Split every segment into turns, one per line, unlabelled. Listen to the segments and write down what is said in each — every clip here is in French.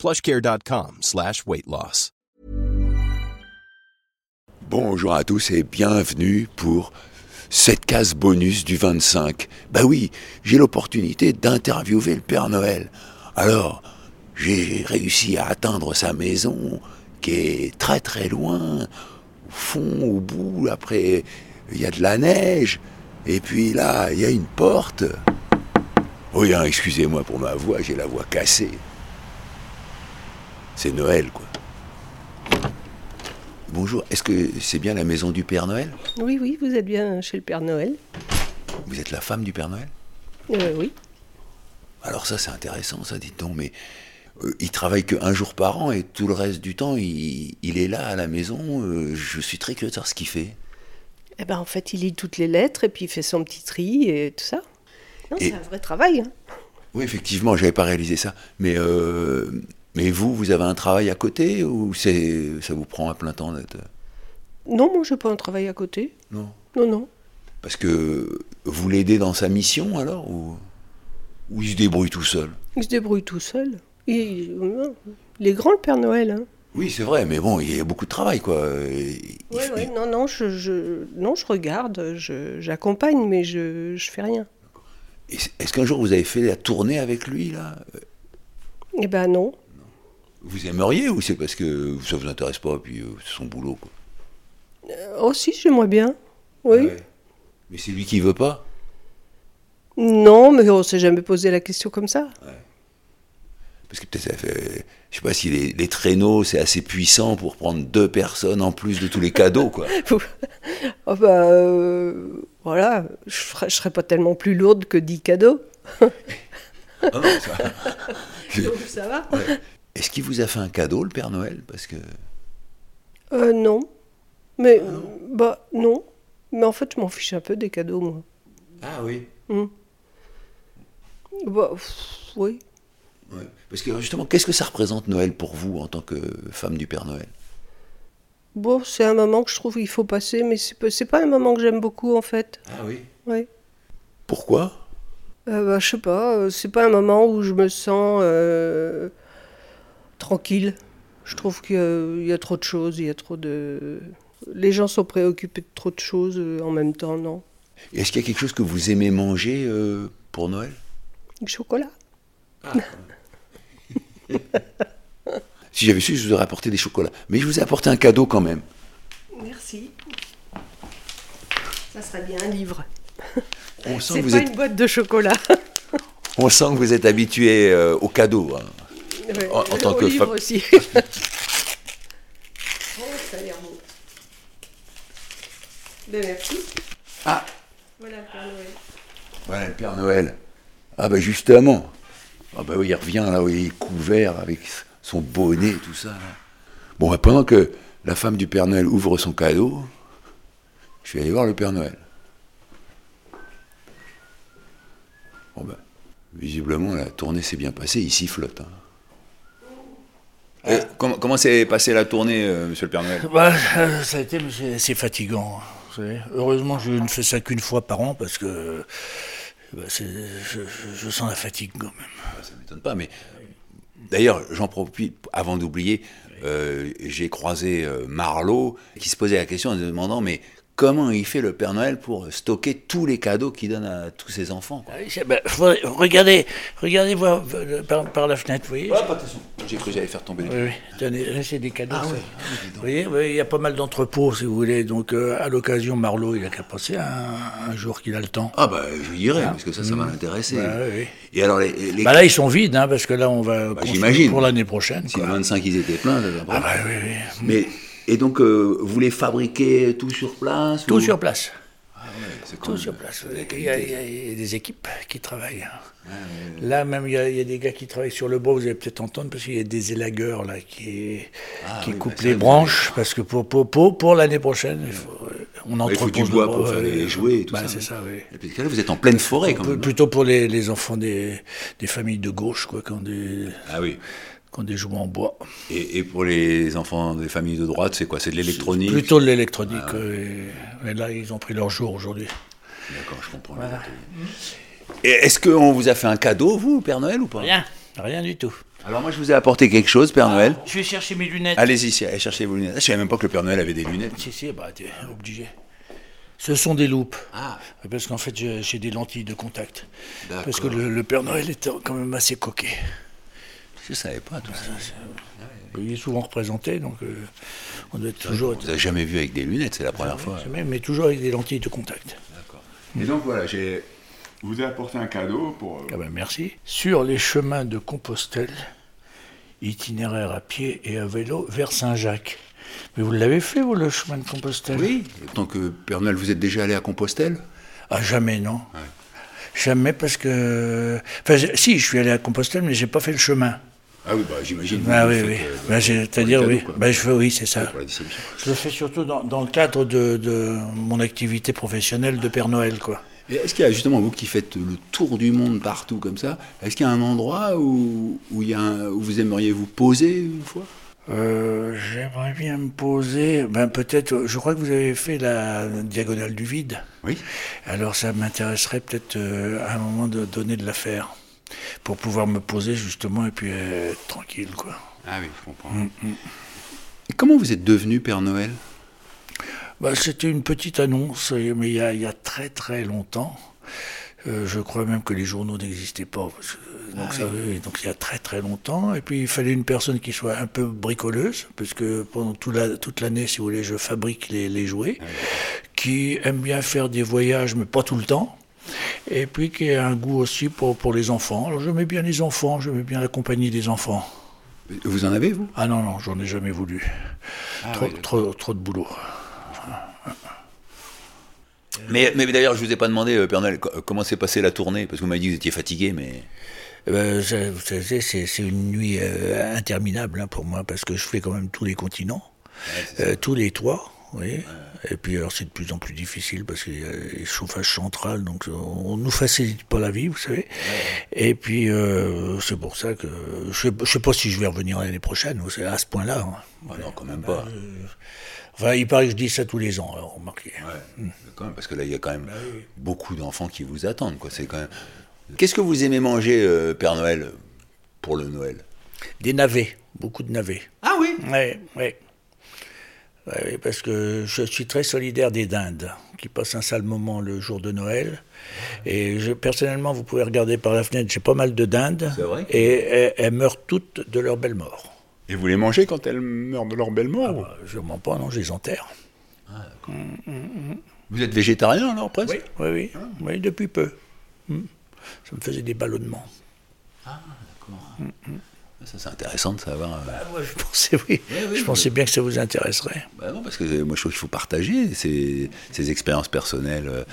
plushcare.com slash weight loss.
Bonjour à tous et bienvenue pour cette case bonus du 25. Bah oui, j'ai l'opportunité d'interviewer le Père Noël. Alors, j'ai réussi à atteindre sa maison qui est très très loin, au fond, au bout, après il y a de la neige, et puis là, il y a une porte. Oui, hein, excusez-moi pour ma voix, j'ai la voix cassée. C'est Noël, quoi. Bonjour, est-ce que c'est bien la maison du Père Noël
Oui, oui, vous êtes bien chez le Père Noël.
Vous êtes la femme du Père Noël
Euh, oui.
Alors ça, c'est intéressant, ça, dites donc, mais euh, il travaille qu'un jour par an et tout le reste du temps, il, il est là à la maison. euh, je suis très curieux de savoir ce qu'il fait.
Eh ben, en fait, il lit toutes les lettres et puis il fait son petit tri et tout ça. Non,
Et-
c'est un vrai travail. hein.
Oui, effectivement, j'avais pas réalisé ça. Mais, euh, mais vous, vous avez un travail à côté ou c'est ça vous prend à plein temps d'être... euh,
Non, moi, je pas un travail à côté.
Non.
Non, non.
Parce que vous l'aidez dans sa mission alors ou, ou il se débrouille tout seul
Il se débrouille tout seul. Il, non, il est grand, le Père Noël. Hein.
Oui, c'est vrai, mais bon, il y a beaucoup de travail, quoi. Et- il-
Ouais, ouais, non, non, je, je- non, je regarde, je- j'accompagne, mais je, je fais rien.
et- Est-ce qu'un jour vous avez fait la tournée avec lui, là
Eh ben non.
Vous aimeriez ou c'est parce que ça vous intéresse pas, puis euh, c'est son boulot, quoi
Euh, Oh si, j'aimerais bien. Oui.
Ah Ouais. Mais c'est lui qui veut pas
Non, mais on s'est jamais posé la question comme ça.
Parce que peut-être ça fait. Je sais pas si les, les traîneaux, c'est assez puissant pour prendre deux personnes en plus de tous les cadeaux, quoi.
Oh bah, euh, voilà, je ferais- je serais pas tellement plus lourde que 10 cadeaux.
Ah non, ça-
Donc ça va
Est-ce qu'il vous a fait un cadeau, le Père Noël Parce que.
euh, Non. Mais, bah, non. Mais en fait, je m'en fiche un peu des cadeaux, moi.
Ah oui.
Bah, pff, oui.
Ouais. Parce que justement, qu'est-ce que ça représente Noël pour vous en tant que femme du Père Noël
Bon, c'est un moment que je trouve qu'il faut passer, mais c'est pas, c'est pas un moment que j'aime beaucoup, en fait.
Ah oui.
Ouais.
Pourquoi
Euh, bah, je sais pas, euh, c'est pas un moment où je me sens euh, tranquille. Je trouve qu'il y a- il y a trop de choses, il y a trop de... Les gens sont préoccupés de trop de choses euh, en même temps, non
Et Est-ce qu'il y a quelque chose que vous aimez manger euh, pour Noël
Du chocolat
Si j'avais su, je vous aurais apporté des chocolats. Mais je vous ai apporté un cadeau quand même.
Merci. Ça serait bien un livre.
On sent,
C'est
que
pas
vous, êtes,
une boîte de chocolat.
on sent que vous êtes habitué euh, aux cadeaux. hein.
Ouais,
En- en tant
au
que
livre
femme-
aussi. oh, ça a l'air beau. Ben, merci.
Ah,
Voilà, le Père Noël.
Voilà le Père Noël. Ah bah justement. Ah bah oui, il revient là où il est couvert avec son bonnet, tout ça. là. Bon, bah, pendant que la femme du Père Noël ouvre son cadeau, je vais aller voir le Père Noël. Bon bah, visiblement la tournée s'est bien passée, il sifflote. hein. Eh, comment comment s'est passée la tournée, euh, monsieur le Père Noël
Bah, euh, ça a été, mais c'est c'est fatigant. hein, vous savez. Heureusement, je ne fais ça qu'une fois par an parce que euh, bah, c'est- je, je- je sens la fatigue quand même.
Ça ne m'étonne pas, mais d'ailleurs, j'en profite avant d'oublier, euh, j'ai croisé euh, Marlowe qui se posait la question en se demandant mais comment il fait le Père Noël pour stocker tous les cadeaux qu'il donne à tous ses enfants quoi.
Ah oui, c'est- bah, faudrait- regardez, regardez voir euh, par, par la fenêtre, vous
Ah,
voyez.
J'ai cru que j'allais faire tomber les.
Oui, oui. Tenez, là, c'est des cadeaux. ça. vous voyez, oui, il y a pas mal d'entrepôts, si vous voulez. Donc, euh, à l'occasion, Marlot, il a qu'à passer un, un jour qu'il a le temps.
Ah bah je dirais, parce que ça, ça va l'intéresser.
Bah, oui, oui.
Et alors les, les-
Bah, là, ils sont vides, hein, parce que là, on va construire
j'imagine.
pour l'année prochaine.
si
quoi.
le 25 ils étaient pleins, là,
Ah, bah, oui, oui.
mais et donc euh, vous les fabriquez tout sur place
Tout
ou-
sur place.
C'est
Tout
cool.
sur place.
Ouais,
Il y, a, il y a- il y a des équipes qui travaillent.
Ah,
Là, même, il y, a, il y a des gars qui travaillent sur le bois, vous allez peut-être entendre, parce qu'il y a des élagueurs là, qui,
Ah
qui
oui,
coupent
bah ça,
les
vous
branches, parce que pour, pour, pour, pour l'année prochaine, il faut,
Bah,
on
Il
entrepose
faut du
le
bois pour faire
ouais.
les jouets et tout
Bah,
ça.
C'est ça, oui.
Et puis, là, vous êtes en pleine forêt quand
Peu-
même. hein.
Plutôt pour les, les enfants des, des familles de gauche, quoi, qui ont des,
Ah oui.
qui ont des jouets en bois.
Et, et pour les enfants des familles de droite, c'est quoi C'est de l'électronique
Plutôt de l'électronique.
Ah,
ouais. Et là, ils ont pris leur jour aujourd'hui.
D'accord, je comprends. les ateliers. Et Est-ce qu'on vous a fait un cadeau, vous, Père Noël, ou pas
Rien.
Rien du tout.
Alors moi, je vous ai apporté quelque chose, Père Noël.
Je vais chercher mes lunettes.
Allez-y, si- allez chercher vos lunettes. Je savais même pas que le Père Noël avait des lunettes.
Si, si, bah, t'es obligé. Ce sont des loupes.
Ah.
Euh, Parce qu'en fait, j'ai j'ai des lentilles de contact.
D'accord.
Parce que le, le Père Noël était quand même assez coquet.
Je savais pas tout ça.
Il est souvent représenté, donc euh, on doit toujours
Vous
être.
avez jamais vu avec des lunettes, c'est la première fois.
Mais, mais toujours avec des lentilles de contact.
Et donc voilà, j'ai.
vous ai apporté un cadeau pour.
Ah ben, merci. Sur les chemins de Compostelle, itinéraire à pied et à vélo vers Saint-Jacques. Mais vous l'avez fait, vous, le chemin de Compostelle
Oui. En tant que Père Noël, vous êtes déjà allé à Compostelle
Ah, jamais, non. Jamais parce que. Enfin, j'ai- si, je suis allé à Compostelle, mais j'ai pas fait le chemin.
Ah oui, bah j'imagine.
Ah
Vous
oui,
faites,
oui.
euh,
Ben, j'ai- C'est-à-dire,
pour les
oui.
cadeaux, quoi.
Ben, je fais, oui, c'est ça.
Pour la distribution.
Je le fais surtout dans, dans le cadre de, de mon activité professionnelle de Père Noël, quoi.
Et Est-ce qu'il y a justement, vous qui faites le tour du monde partout comme ça, est-ce qu'il y a un endroit où, où, il y a un- où vous aimeriez vous poser une fois
Euh, J'aimerais bien me poser. Ben, peut-être. euh, Je crois que vous avez fait la diagonale du vide.
Oui.
Alors, ça m'intéresserait peut-être euh, à un moment de donner de l'affaire pour pouvoir me poser justement et puis euh, être tranquille, quoi.
Ah oui, je comprends.
Mm,
Et comment vous êtes devenu Père Noël
Bah, C'était une petite annonce, euh, mais il y a, il y a très très longtemps. Euh, je crois même que les journaux n'existaient pas. parce que- donc, ça, oui, donc il y a très très longtemps. Et puis il fallait une personne qui soit un peu bricoleuse, parce que pendant tout la- toute l'année, si vous voulez, je fabrique les, les jouets, qui aime bien faire des voyages, mais pas tout le temps. Et puis qui a un goût aussi pour, pour les enfants. Alors j'aimais bien les enfants, j'aimais bien la compagnie des enfants.
Vous en avez, vous
Ah non, non, j'en ai jamais voulu. trop, trop, trop de boulot.
Mais, mais d'ailleurs, je vous ai pas demandé, euh, Père Noël, co- euh, comment s'est passée la tournée Parce que vous m'avez dit que vous étiez fatigué, mais.
Eh ben, ça- vous savez, c'est c'est une nuit euh, interminable hein, pour moi parce que je fais quand même tous les continents, euh, tous les toits. vous voyez. Et puis alors c'est de plus en plus difficile parce qu'il y a les chauffages central, donc on ne nous facilite pas la vie, vous savez. Et puis euh, c'est pour ça que je ne sais pas si je vais revenir l'année prochaine, vous savez, à ce point-là. hein.
Ah non, quand même pas.
Bah, Enfin, il paraît que je dis ça tous les ans, alors, remarquez.
Ouais. Quand même, parce que là, il y a quand même
Bah
beaucoup d'enfants qui vous attendent. Quoi. C'est quand même...
Euh.
Qu'est-ce que vous aimez manger, euh, Père Noël, pour le Noël
Des navets, beaucoup de navets. Ah oui Oui, oui. Ouais, parce que je suis très solidaire des dindes, qui passent un sale moment le jour de Noël. Et je, personnellement, vous pouvez regarder par la fenêtre, j'ai pas mal de dindes.
C'est vrai
Et elles, elles meurent toutes de leur belle mort.
Et vous les mangez quand elles meurent de leur belle mort ou-
Euh, Je mens pas, non, je les enterre.
Vous êtes végétarien, alors, presque
Oui, oui, oui, depuis peu. Mm. Ça me faisait des ballonnements.
Ça, c'est intéressant de savoir. euh,
Bah, je pensais, oui,
oui,
je pensais bien que ça vous intéresserait.
Bah non, parce que euh, moi je trouve qu'il faut partager ces, ces expériences personnelles. euh.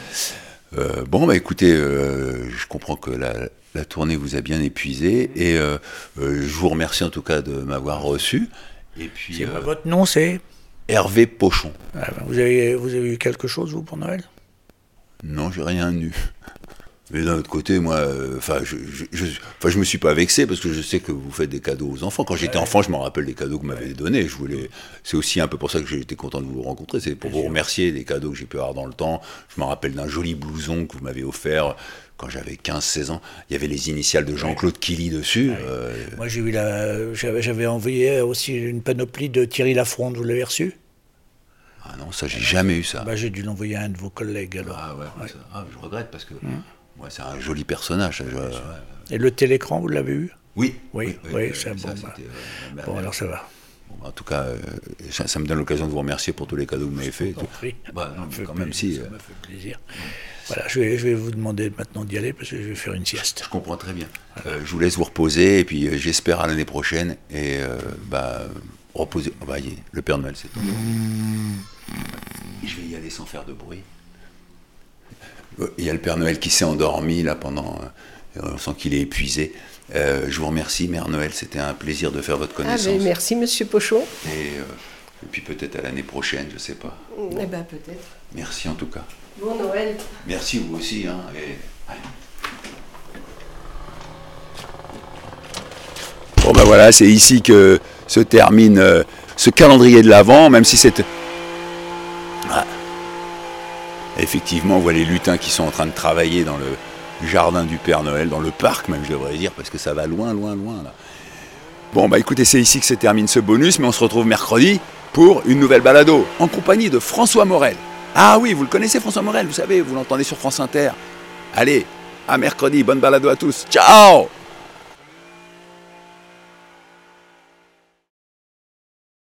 Euh, bon, bah écoutez, euh, je comprends que la, la tournée vous a bien épuisé et euh, euh, je vous remercie en tout cas de m'avoir reçu. Et puis euh,
Votre nom, c'est
Hervé Pochon.
Ah, ben, vous, avez, vous avez eu quelque chose, vous, pour Noël
Non, j'ai rien eu. Mais d'un autre côté, moi, euh, enfin, je, je, je, enfin, je me suis pas vexé parce que je sais que vous faites des cadeaux aux enfants. Quand j'étais enfant, je me rappelle des cadeaux que vous m'avez donnés. Je voulais, c'est aussi un peu pour ça que j'ai été content de vous rencontrer. C'est pour vous remercier des cadeaux que j'ai pu avoir dans le temps. Je me rappelle d'un joli blouson que vous m'avez offert quand j'avais 15-16 ans. Il y avait les initiales de Jean-Claude Killy dessus. euh,
Moi, j'ai eu la... j'avais, j'avais envoyé aussi une panoplie de Thierry Lafronde, vous l'avez reçu
Ah non, ça, j'ai jamais eu ça.
bah, J'ai dû l'envoyer à un de vos collègues alors.
Ah ouais, ça- ah, je regrette parce que ouais, c'est un joli personnage. ça, je- ouais.
Et le télécran, vous l'avez eu
Oui,
Oui, oui, ça, bon, bah.
c'était, euh, ma-
Bon,
ma-
alors ça va.
Bon, En tout cas, euh, ça, ça me donne l'occasion de vous remercier pour tous les cadeaux que vous m'avez faits.
prie.
Bah, non, mais
Ça me
quand
fait
même si.
plaisir,
euh,
Ça m'a fait plaisir. Voilà, je vais, je vais vous demander maintenant d'y aller parce que je vais faire une sieste.
je comprends très bien. Euh, je vous laisse vous reposer et puis euh, j'espère à l'année prochaine. Et euh, bah, reposer. Ah, bah, y est, le Père Noël, c'est tout. Je vais y aller sans faire de bruit.
Il y a le Père Noël qui s'est endormi là pendant. euh, On sent qu'il est épuisé. Euh, je vous remercie, Mère Noël. C'était un plaisir de faire votre
Ah,
connaissance.
mais merci, monsieur Pochon.
Et, euh, et puis peut-être à l'année prochaine, je sais pas.
Eh ben, peut-être.
Merci en tout cas.
Bon Noël.
Merci vous aussi. Hein, et- allez.
Bon ben voilà, c'est ici que se termine euh, ce calendrier de l'Avent, même si c'est... Ah. Effectivement, on voit les lutins qui sont en train de travailler dans le jardin du Père Noël, dans le parc même je devrais dire, parce que ça va loin, loin, loin là. Bon bah écoutez, c'est ici que se termine ce bonus, mais on se retrouve mercredi pour une nouvelle balado, en compagnie de François Morel. Ah oui, vous le connaissez François Morel, vous savez, vous l'entendez sur France Inter. Allez, à mercredi, bonne balado à tous. Ciao